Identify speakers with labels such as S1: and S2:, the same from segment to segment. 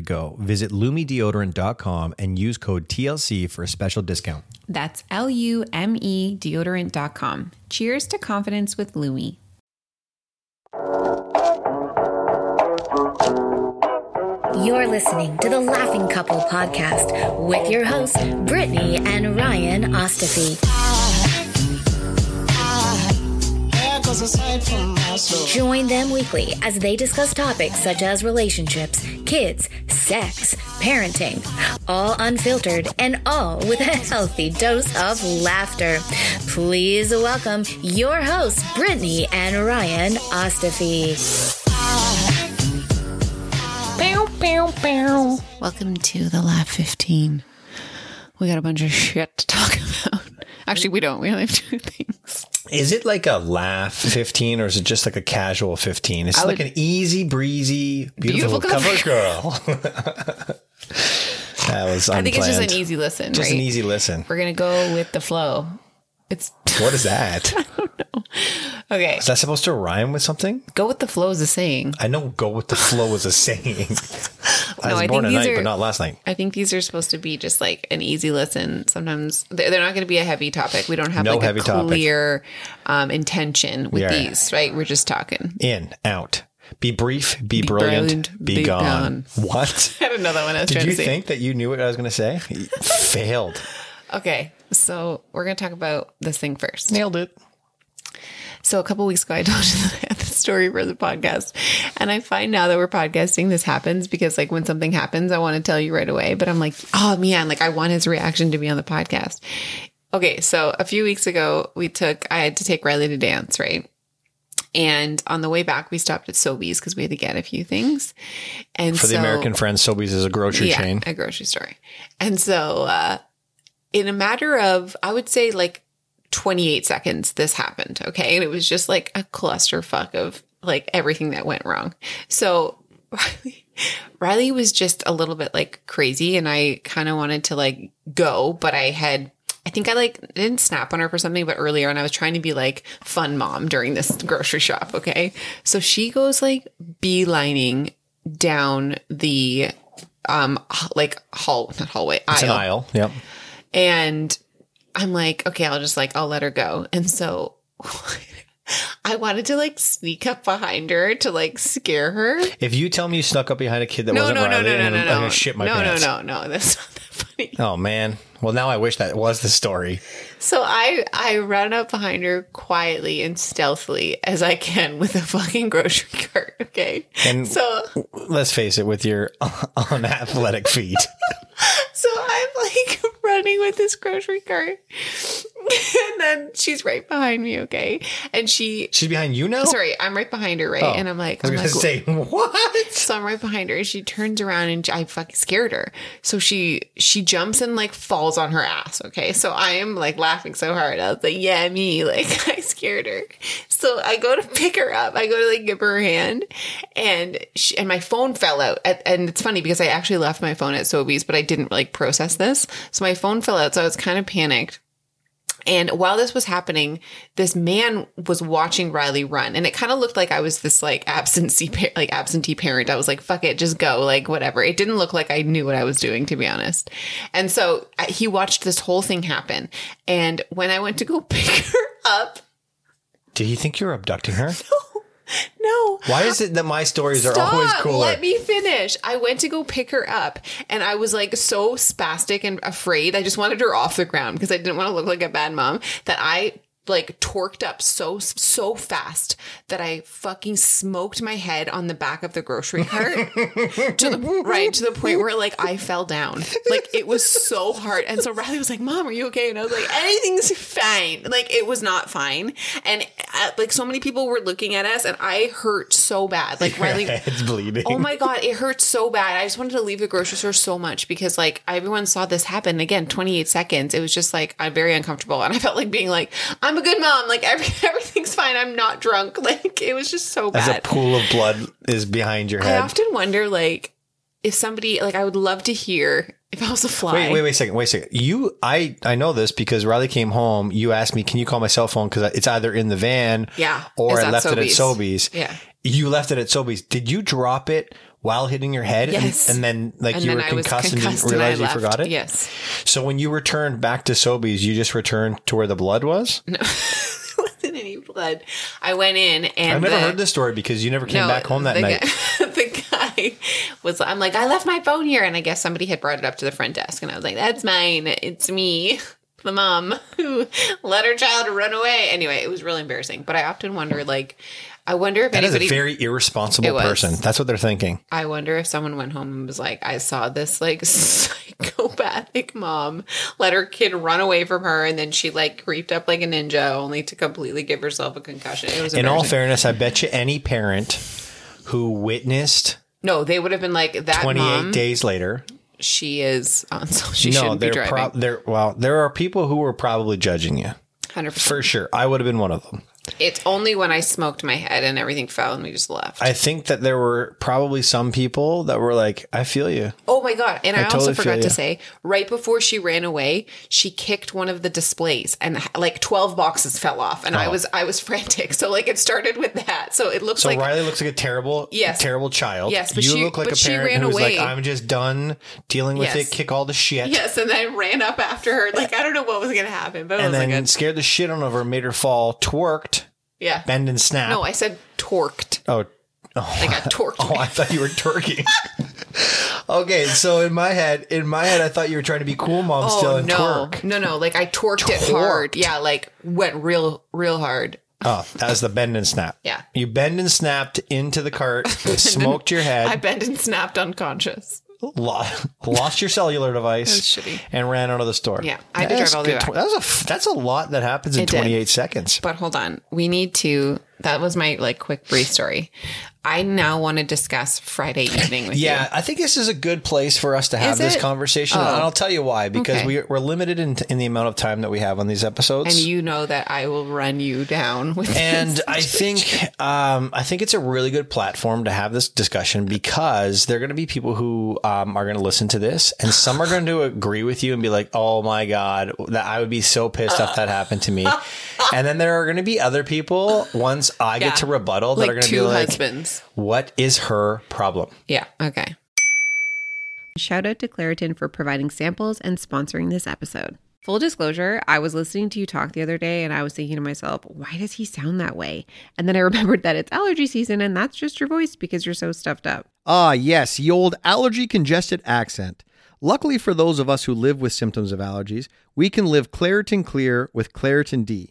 S1: go. Visit lumideodorant.com and use code TLC for a special discount.
S2: That's L U M E deodorant.com. Cheers to confidence with Lumi.
S3: You're listening to the Laughing Couple podcast with your hosts, Brittany and Ryan Ostafy.
S4: Echoes aside from my soul.
S3: Join them weekly as they discuss topics such as relationships, kids, sex, parenting, all unfiltered and all with a healthy dose of laughter. Please welcome your hosts, Brittany and Ryan Ostafy.
S2: Welcome to the Lab 15. We got a bunch of shit to talk about. Actually, we don't. We only have two things.
S1: Is it like a laugh 15 or is it just like a casual 15? It's like
S2: would-
S1: an easy breezy, beautiful,
S2: Beautiful cover
S1: cover girl. that was unplanned.
S2: I think it's just an easy listen,
S1: Just
S2: right?
S1: an easy listen.
S2: We're going to go with the flow. It's
S1: What is that? is
S2: okay.
S1: that supposed to rhyme with something?
S2: Go with the flow is a saying.
S1: I know go with the flow was a saying. I
S2: No,
S1: was
S2: I
S1: born
S2: think these
S1: tonight,
S2: are-
S1: but not last night.
S2: I think these are supposed to be just like an easy listen. Sometimes they're they're not going to be a heavy topic. We don't have
S1: No
S2: like
S1: heavy
S2: a
S1: topic.
S2: clear um, intention with
S1: Yeah.
S2: these, right? We're just talking.
S1: In, out. Be brief, be, brilliant,
S2: brilliant,
S1: be,
S2: be
S1: gone. What?
S2: I don't know that one I was
S1: Did
S2: trying
S1: you
S2: to say.
S1: think that you knew what I was going to say? You Failed.
S2: Okay. So we're going to talk about this thing first.
S1: Nailed it.
S2: So a couple weeks ago, I told you that I had the story for the podcast, and I find now that we're podcasting, this happens because like when something happens, I want to tell you right away, but I'm like, oh man, like I want his reaction to be on the podcast. Okay, so a few weeks ago, we took I had to take Riley to dance, right? And on the way back, we stopped at Sobeys because we had to get a few things. And
S1: For the
S2: so-
S1: American friends, Sobeys is a grocery
S2: yeah,
S1: chain.
S2: a grocery store. And so, uh, in a matter of, I would say like 28 seconds, this happened. Okay. And it was just like a clusterfuck of like everything that went wrong. So, Riley, Riley was just a little bit like crazy and I kind of wanted to like go, but I had. I think I like didn't snap on her for something, but earlier and I was trying to be like fun mom during this grocery shop. Okay. So she goes like beelining down the um h- like hall not hallway
S1: It's an
S2: aisle.
S1: aisle. Yep.
S2: and i'm like okay i'll just like i'll let her go and so i wanted to like sneak up behind her to like scare her
S1: If you tell me you snuck up behind a kid that
S2: no
S1: wasn't
S2: no no
S1: Riley,
S2: no no
S1: I'm,
S2: no
S1: I'm
S2: no
S1: gonna shit my
S2: no,
S1: pants.
S2: no no no that's not that funny
S1: Oh man. Well, now I wish that was the story.
S2: So I I run up behind her quietly and stealthily as I can with a fucking grocery cart. Okay,
S1: And-
S2: so
S1: Let's face it, with your unathletic feet,
S2: so I'm like running with this grocery cart, and then she's right behind me. Okay, and she
S1: she's behind you now.
S2: sorry, I'm right behind her. Right,
S1: Oh.
S2: and I'm like,
S1: I
S2: I'm
S1: was
S2: like,
S1: gonna say what?
S2: so I'm right behind her. and She turns around and I fucking scared her. So she she jumps and like falls on her ass. Okay, so I am like laughing so hard. I was like, yeah, me. Like I scared her. So I go to pick her up. I go to like give her her hand, and she, and my phone fell out. At, and it's funny because I actually left my phone at Sobeys, but I didn't like process this. So my phone fell out. So I was kind of panicked. And while this was happening, this man was watching Riley run, and it kind of looked like I was this like absentee pa- like absentee parent. I was like, "Fuck it, just go," like whatever. It didn't look like I knew what I was doing, to be honest. And so I- he watched this whole thing happen. And when I went to go pick her up,
S1: Did he think you were abducting her?
S2: No.
S1: Why is it that my stories are always cooler?
S2: Let me finish. I went to go pick her up and I was like so spastic and afraid. I just wanted her off the ground because I didn't want to look like a bad mom that I like torqued up so so fast that I fucking smoked my head on the back of the grocery cart to the right to the point where like I fell down. Like it was so hard. And so Riley was like, "Mom, are you okay?" And I was like, "Anything's fine." Like it was not fine. And uh, like so many people were looking at us and I hurt so bad. Like Riley
S1: Head's bleeding.
S2: Oh my god, it hurts so bad. I just wanted to leave the grocery store so much because like everyone saw this happen again. Twenty eight seconds. It was just like I'm very uncomfortable, and I felt like being like I'm a good mom. Like every, everything's fine. I'm not drunk. Like it was just so
S1: As
S2: bad.
S1: a pool of blood is behind your
S2: I
S1: head.
S2: often wonder like if somebody like I would love to hear if I was a fly.
S1: Wait, wait, wait a second. Wait a second. You, I, I know this because Riley came home. You asked me, "Can you call my cell phone?" Because it's either in the van,
S2: Yeah,
S1: or
S2: it's
S1: I
S2: at
S1: left it at
S2: Sobeys.
S1: Sobeys.
S2: Yeah.
S1: you left it at Sobeys. Did you drop it while hitting your head? and-
S2: Yes.
S1: And, then, like,
S2: And
S1: you
S2: then
S1: were
S2: I was
S1: concussed, and
S2: concussed
S1: didn't
S2: and I
S1: realize you
S2: left.
S1: forgot it.
S2: Yes.
S1: So when you returned back to Sobeys, you just returned to where the blood was.
S2: There wasn't any blood. I went in and
S1: I've never
S2: the-
S1: heard this story because you never came back home that
S2: the
S1: night.
S2: Guy, the guy was, I'm like, I left my phone here. And I guess somebody had brought it up to the front desk. And I was like, that's mine. It's me, the mom who let her child run away. Anyway, it was really embarrassing. But I often wonder, like, I wonder if
S1: That is
S2: anybody.
S1: a very
S2: It
S1: irresponsible
S2: was.
S1: person. That's what they're thinking.
S2: I wonder if someone went home and was like, I saw this like psychopathic mom let her kid run away from her. And then she like creeped up like a ninja only to completely give herself a concussion. It was
S1: In all
S2: embarrassing.
S1: fairness, I bet you any parent who witnessed
S2: No, they would have been like, that
S1: 28
S2: mom,
S1: days later
S2: she is on, so she shouldn't be
S1: they're
S2: driving.
S1: prob- they're well, there are people who were probably judging you.
S2: Hundred percent.
S1: For sure. I would have been one of them.
S2: It's only when I smoked my head and everything fell and we just left.
S1: I think that there were probably some people that were like, I feel you.
S2: oh my god! And I, also
S1: totally
S2: forgot
S1: feel
S2: to
S1: ya.
S2: say, right before she ran away, she kicked one of the displays and like twelve boxes fell off, and I
S1: Oh.
S2: was I was frantic. So like it started with that. So it looks
S1: So
S2: like
S1: Riley looks like a terrible,
S2: Yes.
S1: terrible child.
S2: Yes, but
S1: you
S2: she-
S1: look like
S2: but
S1: a
S2: she
S1: parent
S2: ran
S1: who's
S2: away.
S1: like, I'm just done dealing with
S2: Yes.
S1: it. Kick all the shit,
S2: yes, and then I ran up after her. Like I don't know what was gonna happen, but it
S1: and
S2: was
S1: then
S2: like a,
S1: scared the shit out of her, made her fall, twerked,
S2: yeah.
S1: bend and snap.
S2: No, I said torqued.
S1: oh,
S2: I got torqued.
S1: Oh, I thought you were twerking. okay, so in my head, in my head, I thought you were trying to be cool mom still and
S2: Oh, no,
S1: twerk.
S2: no, no! Like I torqued, it hard. Yeah, like went real, real hard.
S1: Oh, that was the bend and snap.
S2: Yeah.
S1: you bend and snapped into the cart, smoked your
S2: I
S1: head,
S2: bent and snapped unconscious.
S1: lo- lost your cellular device,
S2: shitty.
S1: and ran out of the store.
S2: Yeah, I had to
S1: That's
S2: drive all the
S1: good
S2: way back.
S1: tw- that was a f- that's a lot that happens in
S2: It did.
S1: 28 seconds.
S2: But hold on, we need to. That was my like quick brief story. I now want to discuss Friday evening with
S1: Yeah, I think this is a good place for us to have
S2: Is
S1: this
S2: it? Oh.
S1: conversation, and I'll tell you why. Because
S2: Okay.
S1: we, we're limited in, in the amount of time that we have on these episodes,
S2: you, and you know that I will run you down with.
S1: and
S2: this.
S1: I think um, I think it's a really good platform to have this discussion because there are going to be people who um, are going to listen to this, and some are going to agree with you and be like, "Oh my god, that I would be so pissed if that happened to me," and then there are going to be other people once I
S2: Yeah.
S1: get to rebuttal that
S2: like
S1: are going to
S2: two
S1: be like,
S2: husbands.
S1: "What is her problem?"
S2: Yeah. Okay.
S5: Shout out to Claritin for providing samples and sponsoring this episode. Full disclosure, I was listening to you talk the other day and I was thinking to myself, why does he sound that way? And then I remembered that it's allergy season and that's just your voice because you're so stuffed up.
S6: Ah, yes, the old allergy congested accent. Luckily for those of us who live with symptoms of allergies, we can live Claritin Clear with Claritin D.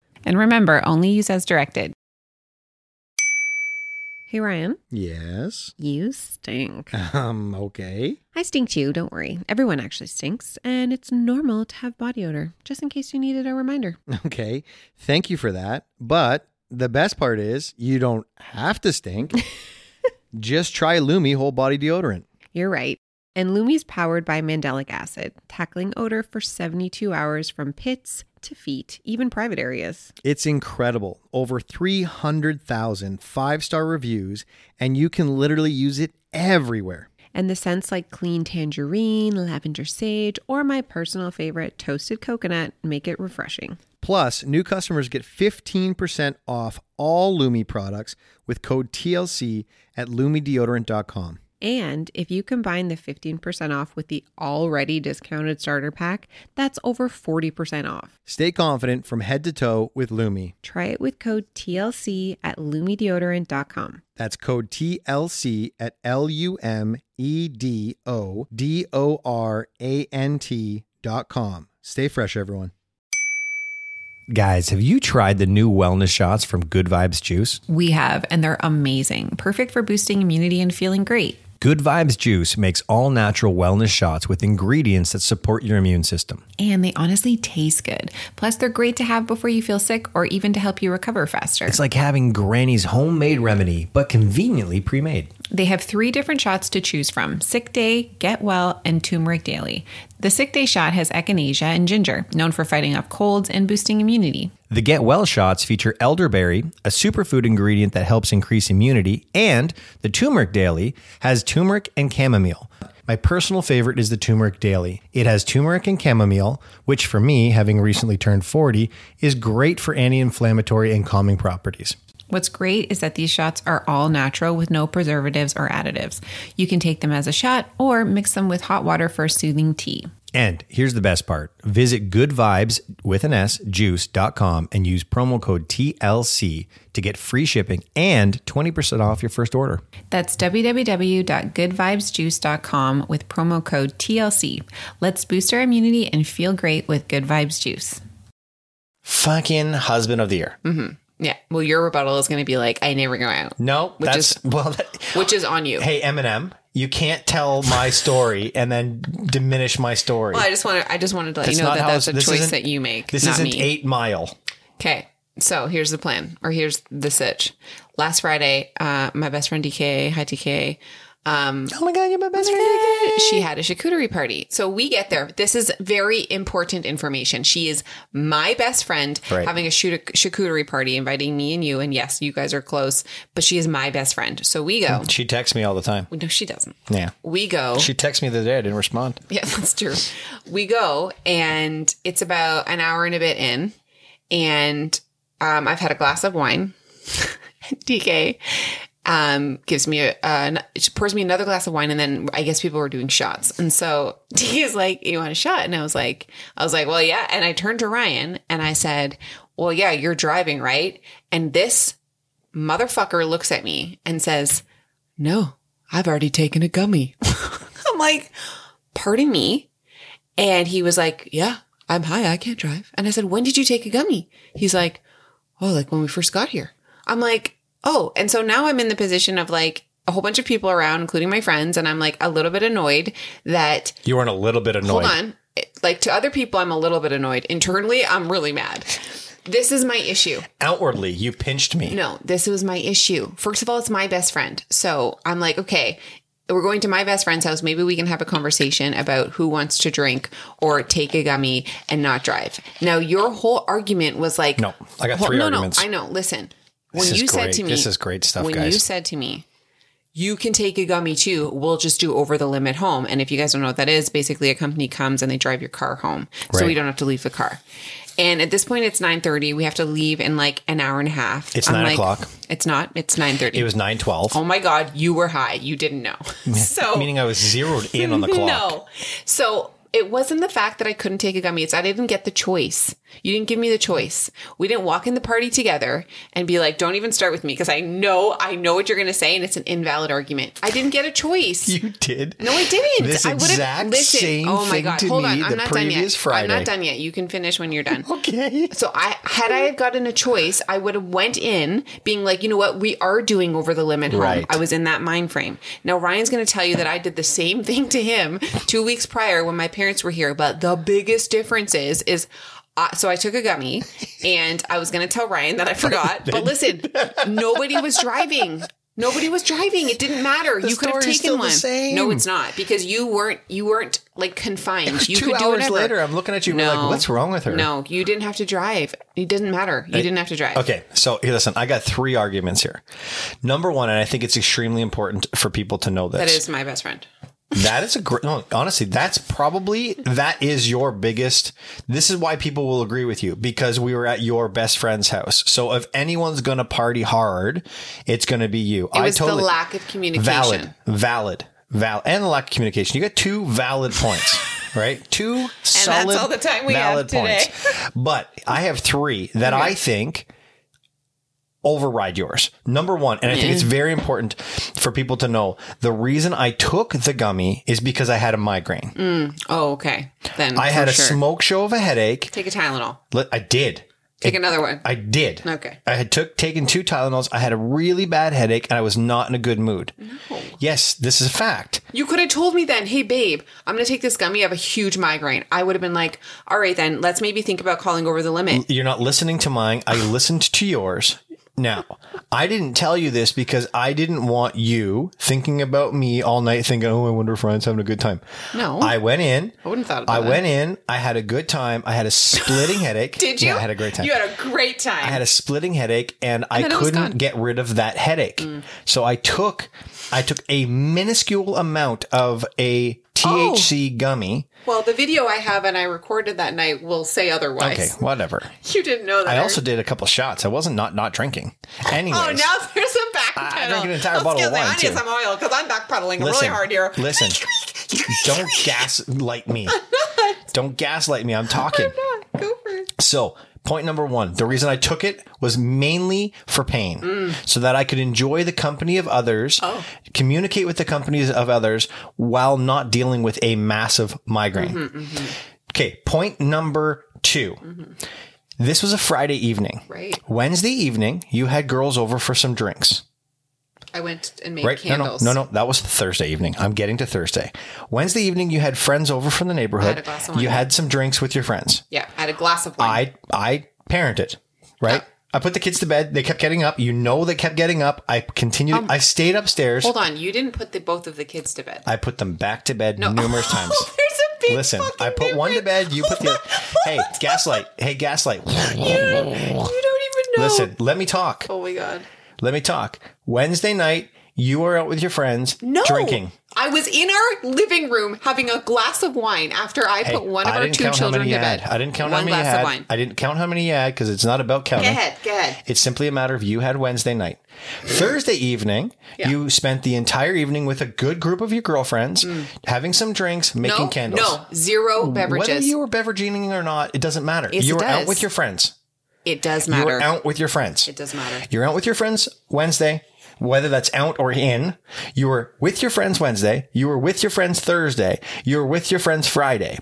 S5: And remember, only use as directed. Hey, Ryan,
S6: Yes.
S5: you stink.
S6: Um, okay.
S5: I stink too, don't worry. Everyone actually stinks, and it's normal to have body odor, just in case you needed a reminder.
S6: Okay. Thank you for that. But the best part is you don't have to stink. Just try Lumi whole body deodorant.
S5: You're right. And Lumi's powered by mandelic acid, tackling odor for 72 hours from pits to feet, even private areas.
S6: It's incredible. Over 300,000 five star reviews, and you can literally use it everywhere.
S5: And the scents like clean tangerine, lavender sage, or my personal favorite, toasted coconut, make it refreshing.
S6: Plus, new customers get 15% off all Lumi products with code TLC at lumideodorant.com.
S5: And if you combine the 15% off with the already discounted starter pack, that's over 40% off.
S6: Stay confident from head to toe with Lumi.
S5: Try it with code TLC at lumideodorant.com.
S6: That's code TLC at L U M E D O D O R A N T dot com. Stay fresh, everyone.
S1: Guys, have you tried the new wellness shots from Good Vibes Juice?
S5: We have, and they're amazing. Perfect for boosting immunity and feeling great.
S1: Good Vibes Juice makes all natural wellness shots with ingredients that support your immune system.
S5: And they honestly taste good. Plus, they're great to have before you feel sick or even to help you recover faster.
S1: It's like having Granny's homemade remedy, but conveniently pre made.
S5: They have three different shots to choose from sick day, get well, and turmeric daily. The sick day shot has echinacea and ginger, known for fighting off colds and boosting immunity.
S1: The Get Well shots feature elderberry, a superfood ingredient that helps increase immunity, and the Turmeric Daily has turmeric and chamomile. My personal favorite is the Turmeric Daily. It has turmeric and chamomile, which for me, having recently turned 40, is great for anti inflammatory and calming properties.
S5: What's great is that these shots are all natural with no preservatives or additives. You can take them as a shot or mix them with hot water for a soothing tea.
S1: And here's the best part visit goodvibes with an S juice.com and use promo code TLC to get free shipping and 20% off your first order.
S5: That's www.goodvibesjuice.com with promo code TLC. Let's boost our immunity and feel great with Good Vibes Juice.
S1: Fucking husband of the year.
S2: Yeah. Well, your rebuttal is going to be like, I never go out,
S1: No,
S2: Which
S1: that's
S2: is-
S1: well. That,
S2: which is on you.
S1: hey, Eminem, you can't tell my story and then diminish my story.
S2: Well, I just want to. I just wanted to let
S1: That's
S2: you know
S1: not
S2: that
S1: how
S2: that's a
S1: it's- this
S2: choice
S1: isn't-
S2: that you make.
S1: This
S2: not
S1: isn't
S2: me.
S1: Eight Mile.
S2: Okay. So here's the plan, or here's the sitch. Last Friday, uh, my best friend DK, hi DK, um,
S1: Oh my God, you're my best friend.
S2: she had a charcuterie party. So we get there. This is very important information. She is my best friend
S1: Right.
S2: having a shoot- charcuterie party, inviting me and you. And yes, you guys are close, but she is my best friend. So we go.
S1: She texts me all the time.
S2: No, she doesn't.
S1: Yeah,
S2: We go.
S1: she texts me the other day. I didn't respond.
S2: Yeah, that's true. We go and it's about an hour and a bit in, and um, I've had a glass of wine. DK um, gives me a, a she pours me another glass of wine, and then I guess people were doing shots, and so DK is like, "You want a shot?" And I was like, "I was like, well, yeah." And I turned to Ryan and I said, "Well, yeah, you're driving, right?" And this motherfucker looks at me and says, "No, I've already taken a gummy." I'm like, pardon me. And he was like, yeah, I'm high. I can't drive. And I said, when did you take a gummy? He's like, oh, like when we first got here. I'm like, oh. And so now I'm in the position of like a whole bunch of people around, including my friends. And I'm like a little bit annoyed that,
S1: You weren't a little bit annoyed.
S2: hold on, It- like to other people, I'm a little bit annoyed. Internally, I'm really mad. This is my issue.
S1: Outwardly, you pinched me.
S2: No, this was my issue. First of all, it's my best friend. So I'm like, okay, we're going to my best friend's house. Maybe we can have a conversation about who wants to drink or take a gummy and not drive. Now, your whole argument was like,
S1: No, I got three
S2: no,
S1: arguments.
S2: No, I know. Listen,
S1: This
S2: when
S1: is
S2: you said
S1: great.
S2: to me,
S1: This is great stuff,
S2: When you
S1: guys.
S2: said to me, you can take a gummy too. We'll just do over the limit home. And if you guys don't know what that is, basically a company comes and they drive your car home. So
S1: Right.
S2: we don't have to leave the car. And at this point it's 9:30. We have to leave in like an hour and a half.
S1: It's
S2: I'm
S1: nine
S2: like,
S1: o'clock.
S2: It's not. It's 9:30.
S1: It was nine twelve.
S2: Oh my god, you were high. You didn't know. So
S1: meaning I was zeroed in on the clock.
S2: no. So it wasn't the fact that I couldn't take a gummy. It's I didn't get the choice. You didn't give me the choice. We didn't walk in the party together and be like, don't even start with me because I know, I know what you're going to say and it's an invalid argument. I didn't get a choice.
S1: You did.
S2: No, I didn't.
S1: This
S2: I Oh would've-
S1: exact same thing to me the previous
S2: yet.
S1: Friday.
S2: I'm not done yet. You can finish when you're done.
S1: Okay.
S2: So I had I had gotten a choice, I would have went in being like, you know what, we are doing over the limit home.
S1: Right.
S2: I was in that mind frame. Now Ryan's going to tell you that I did the same thing to him two weeks prior when my parents were here. But the biggest difference is is. Uh, so I took a gummy, and I was going to tell Ryan that I forgot. But listen, nobody was driving. Nobody was driving. It didn't matter. you could have
S1: story's
S2: taken
S1: still the
S2: one.
S1: same.
S2: No, it's not because you weren't. You weren't like confined. You
S1: Two
S2: could do
S1: hours
S2: whatever.
S1: later, I'm looking at you and we're like, "What's wrong with her?"
S2: No, you didn't have to drive. It didn't matter. You didn't have to drive.
S1: Okay, so here, listen, I got three arguments here. Number one, and I think it's extremely important for people to know this.
S2: That is my best friend.
S1: That is a great. No, honestly, that's probably that is your biggest. This is why people will agree with you because we were at your best friend's house. So if anyone's gonna party hard, it's gonna be you.
S2: It was the lack of communication.
S1: valid, valid, valid, and the lack of communication. You got two valid points, right? Two solid,
S2: all the time we
S1: valid
S2: have today.
S1: points. But I have three that I think override yours. Number one, and I think
S2: Mm-hmm.
S1: it's very important for people to know the reason I took the gummy is because I had a migraine.
S2: Oh, okay. Then
S1: I had a
S2: for sure.
S1: smoke show of a headache.
S2: Take a Tylenol.
S1: Let- I did.
S2: Take another one.
S1: I did.
S2: Okay.
S1: I had took taken two Tylenols. I had a really bad headache and I was not in a good mood. Yes, this is a fact.
S2: you could have told me then, hey babe, I'm gonna take this gummy. I have a huge migraine. I would have been like, all right, then let's maybe think about calling over the limit.
S1: You're not listening to mine. I listened to yours. Now, I didn't tell you this because I didn't want you thinking about me all night thinking, oh, I wonder if Ryan's having a good time.
S2: No.
S1: I went in. I
S2: wouldn't thought about
S1: I
S2: that.
S1: went in. I had a good time. I had a splitting headache.
S2: Did you?
S1: Yeah, I had a great time.
S2: You had a great time.
S1: I had a splitting headache and, I
S2: then it was
S1: couldn't
S2: gone. Mm.
S1: get rid of that headache. So I took I took a minuscule amount of a
S2: Oh.
S1: THC gummy.
S2: well, the video I have and I recorded that night will say otherwise.
S1: Okay, whatever.
S2: You didn't know that.
S1: I also did a couple shots. I wasn't not not drinking. Anyways.
S2: Oh, now there's a backpedal.
S1: I- I drank an entire bottle
S2: Excuse
S1: of
S2: me,
S1: wine,
S2: I need
S1: too.
S2: some oil because I'm backpedaling really
S1: Listen,
S2: hard here.
S1: Listen, don't gaslight me. Don't gaslight me. I'm talking.
S2: Go for it.
S1: So, point number one the reason I took it was mainly for pain,
S2: Mm.
S1: so that I could enjoy the company of others,
S2: Oh.
S1: communicate with the companies of others while not dealing with a massive migraine.
S2: Mm-hmm,
S1: Okay, point number 2 This was a Friday evening.
S2: Right.
S1: Wednesday evening, you had girls over for some drinks.
S2: I went and made
S1: Right?
S2: candles.
S1: No, no, no, no. That was Thursday evening. I'm getting to Thursday. Wednesday evening, you had friends over from the neighborhood.
S2: a glass of wine.
S1: You had some drinks with your friends.
S2: Yeah, I had a glass of wine.
S1: I I parented, right?
S2: Yeah.
S1: I put the kids to bed. They kept getting up. You know they kept getting up. I continued. I stayed upstairs.
S2: Um, Hold on, you didn't put the both of the kids to bed.
S1: I put them back to bed
S2: No.
S1: numerous times.
S2: There's a big
S1: Listen,
S2: fucking
S1: I put one to
S2: difference.
S1: bed. You put the. hey, gaslight. Hey, gaslight.
S2: You don't even know.
S1: Listen, let me talk.
S2: Oh my god.
S1: Let me talk. Wednesday night, you were out with your friends
S2: No.
S1: drinking.
S2: I was in our living room having a glass of wine after I
S1: Hey,
S2: put one of
S1: I
S2: our
S1: didn't
S2: two
S1: count how
S2: children
S1: many
S2: to
S1: you had.
S2: bed.
S1: I didn't count
S2: one
S1: how many you
S2: glass
S1: had.
S2: of wine.
S1: I didn't count how many you had because it's not about counting.
S2: Go ahead, go ahead.
S1: It's simply a matter of you had Wednesday night. Thursday evening, you spent the entire evening with a good group of your girlfriends, having some drinks, making
S2: Mm. No,
S1: candles.
S2: no, zero beverages.
S1: Whether you were beveraging or not, it doesn't matter.
S2: Yes,
S1: you
S2: it
S1: were out
S2: does.
S1: with your friends.
S2: it does
S1: You
S2: matter.
S1: were out with your friends.
S2: It does matter.
S1: You're out with your friends Wednesday, whether that's out or in. You were with your friends Wednesday. You were with your friends Thursday. You were with your friends Friday.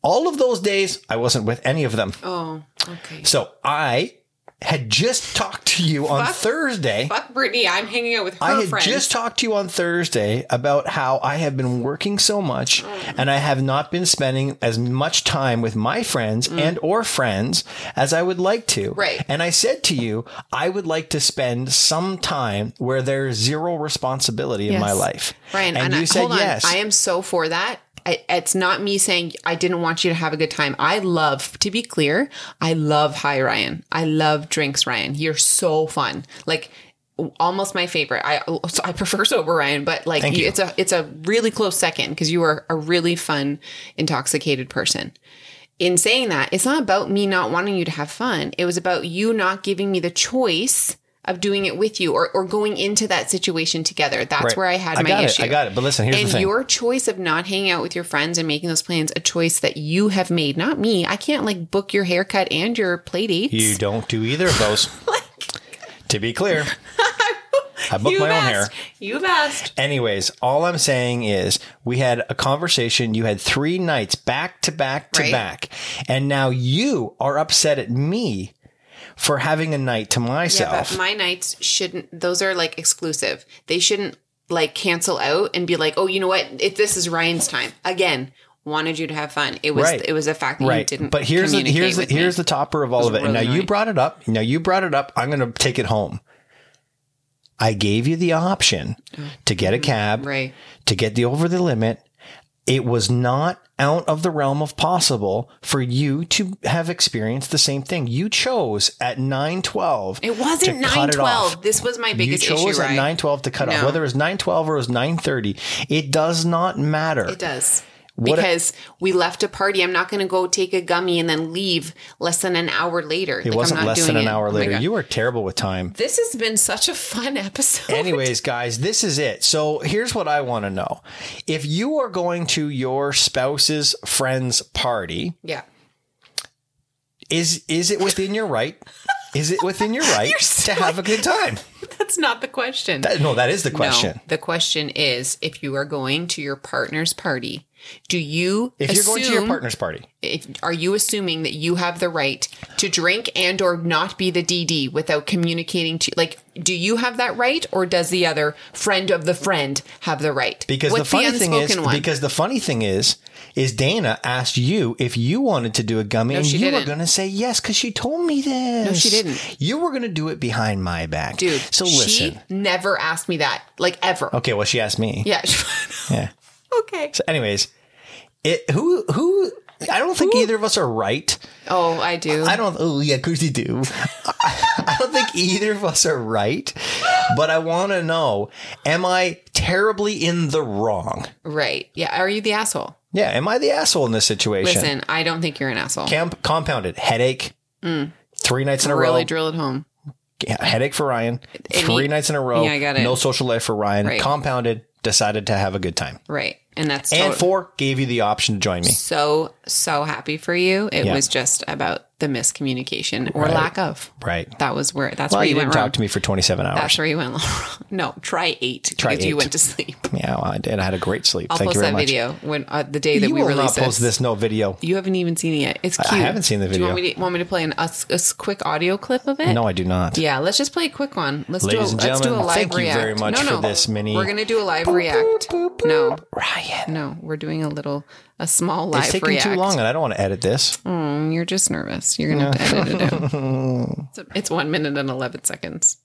S1: All of those days, I wasn't with any of them.
S2: Oh, okay.
S1: So I had just talked to you on
S2: Fuck.
S1: Thursday.
S2: Fuck Brittany, I'm hanging out with her
S1: I had
S2: friends.
S1: just talked to you on Thursday about how I have been working so much and I have not been spending as much time with my friends and or friends as I would like to.
S2: Mm. Right.
S1: And I said to you, I would like to spend some time where there's zero responsibility in my
S5: Yes.
S1: life.
S2: Brian,
S1: and,
S2: and
S1: you
S2: I,
S1: said
S2: hold on.
S1: yes.
S2: I am so for that. I, it's not me saying I didn't want you to have a good time. I love, to be clear, I love Hi Ryan. I love drinks, Ryan. You're so fun. Like, almost my favorite. I so I prefer sober Ryan, but like
S1: Thank
S2: you-
S1: you.
S2: it's a it's a really close second because you are a really fun intoxicated person. In saying that, it's not about me not wanting you to have fun. It was about you not giving me the choice of doing it with you or, or going into that situation together. That's
S1: Right.
S2: where I had
S1: I
S2: my
S1: got it.
S2: issue.
S1: I got it. But listen, here's the
S2: and
S1: thing.
S2: your choice of not hanging out with your friends and making those plans a choice that you have made, not me. I can't like book your haircut and your play dates.
S1: You don't do either of those. to be clear, I book
S2: You've
S1: my own
S2: asked.
S1: hair.
S2: You've asked.
S1: Anyways, all I'm saying is we had a conversation. You had three nights back to back to
S2: Right.
S1: back. And now you are upset at me for having a night to
S2: Yeah,
S1: myself.
S2: but my nights shouldn't. Those are like exclusive. They shouldn't like cancel out and be like, oh, you know what? If this is Ryan's time again, wanted you to have fun. It was
S1: Right.
S2: it was the fact that you didn't.
S1: But here's the
S2: communicate
S1: here's the
S2: with me.
S1: here's the topper of all of it. And now
S2: really
S1: you
S2: annoying.
S1: brought it up. Now you brought it up. I'm going to take it home. I gave you the option to get a cab,
S2: Mm, right.
S1: to get the over the limit. It was not out of the realm of possible for you to have experienced the same thing. You chose at 912.
S2: It wasn't nine twelve. This was my biggest
S1: you chose
S2: issue.
S1: at
S2: Ryan.
S1: 912 to cut off.
S2: No.
S1: Whether it was 912 or it was 930, it does not matter.
S2: It does.
S1: What-
S2: because we left a party. I'm not going to go take a gummy and then leave less than an hour later.
S1: It wasn't less than an hour later. you
S2: were.
S1: are terrible with time.
S2: Oh This has been such a fun episode.
S1: Anyways, guys, this is it. So here's what I want to know. If you are going to your spouse's friend's party,
S2: yeah.
S1: is is it within your right? Is it within your right to have a good time?
S2: That's not the question.
S1: That- no, that is the question.
S2: No, the question is if you are going to your partner's party, do you
S1: If you're going to your
S2: assume-
S1: partner's party,
S2: if, are you assuming that you have the right to drink and or not be the DD without communicating to like do you have that right or does the other friend of the friend have the right?
S1: because the
S2: What's
S1: funny thing is,
S2: unspoken one?
S1: because the funny thing is, is Dana asked you if you wanted to do a gummy, and
S2: she
S1: you were
S2: didn't.
S1: going to say yes because she told me this. No,
S2: she didn't.
S1: You were going to do it behind my back,
S2: dude,
S1: So listen.
S2: she never asked me that like ever.
S1: okay, well, she asked me.
S2: Yeah.
S1: Yeah.
S2: okay.
S1: So, anyways, it who who I don't think either of us are right.
S2: Oh, I do.
S1: I don't. Oh yeah, of course you do. I don't think either of us are right. But I want to know: Am I terribly in the wrong?
S2: right. Yeah, are you the asshole?
S1: Yeah. Am I the asshole in this situation?
S2: Listen, I don't think you're an asshole.
S1: Camp compounded headache. Three nights in a
S2: Mm. really
S1: row.
S2: drill it home.
S1: Yeah, headache for Ryan.
S2: And
S1: three
S2: he-
S1: nights in a row.
S2: Yeah, I got it.
S1: No social life for Ryan.
S2: Right.
S1: Compounded. Decided to have a good time.
S2: Right. And that's
S1: And
S2: tot-
S1: four gave you the option to join me.
S2: so so happy for you. It
S1: Yeah.
S2: was just about the miscommunication or
S1: Right.
S2: lack of.
S1: Right.
S2: That was where that's
S1: Well,
S2: where
S1: you
S2: you,
S1: didn't
S2: went wrong.
S1: talk to me for 27 hours.
S2: That's where you went wrong. No, try eight
S1: Try
S2: because
S1: eight.
S2: you went to sleep.
S1: Yeah, well, I did. I had a great sleep.
S2: I'll
S1: Thank you
S2: post
S1: very
S2: that
S1: much.
S2: video when uh, the day that
S1: you
S2: we
S1: will not
S2: release
S1: post this no video.
S2: You haven't even seen it yet. It's cute.
S1: haven't seen the
S2: Do you want
S1: video.
S2: me to, want me to play an, a, s- a s- quick audio clip of it?
S1: No, I do not.
S2: Eh, Yeah, let's just play a quick one. Let's
S1: Ladies
S2: do
S1: and
S2: a, let's do a
S1: gentlemen,
S2: live
S1: thank you
S2: react.
S1: very much
S2: no,
S1: for
S2: no.
S1: this mini-
S2: We're gonna do a live react. No,
S1: Ryan.
S2: no, we're doing a little a small live
S1: It's taking
S2: react.
S1: too long and I don't want to edit this.
S2: Mm, You're just nervous. You're gonna have to edit it out. It's- It's one minute and eleven seconds.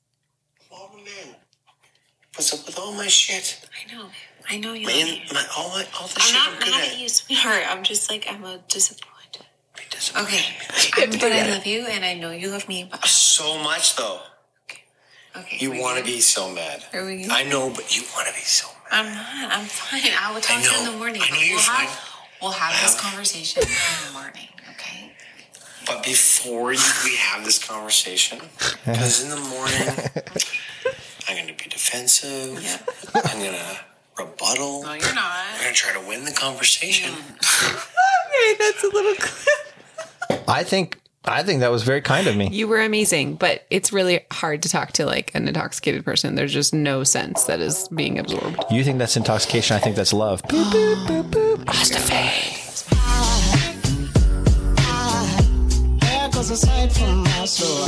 S7: What's up with all my shit?
S8: I know. I know you
S7: My,
S8: love me.
S7: in, my all my all the
S8: I'm
S7: shit
S8: not
S7: I'm good
S8: mad at
S7: at.
S8: you, sweetheart. I'm just like I'm a disappointed.
S7: It doesn't
S8: Okay.
S7: have
S8: I'm,
S7: to do
S8: but I
S7: that.
S8: love you and I know you love me, but
S7: So much though.
S8: I, okay.
S7: You
S8: we
S7: want to
S8: can-
S7: be so mad.
S8: Are we-
S7: I know, but you want to be so mad.
S8: I'm not. I'm fine. I will talk to you in
S7: know.
S8: the morning.
S7: I know
S8: but
S7: you're
S8: we'll
S7: fine.
S8: Have, we'll have this conversation in the morning, okay?
S7: But before you, we have this conversation, because in the morning I'm gonna be defensive.
S8: Yeah.
S7: I'm gonna rebuttal.
S8: No,
S7: I'm
S8: you're not.
S7: gonna try to win the conversation.
S2: Okay, that's a little clip.
S1: I think I think that was very kind of me.
S2: You were amazing, but it's really hard to talk to like an intoxicated person. There's just no sense that is being absorbed.
S1: You think that's intoxication, I think that's love. Boop, boop, boop, boop.
S4: Air goes aside from my soul.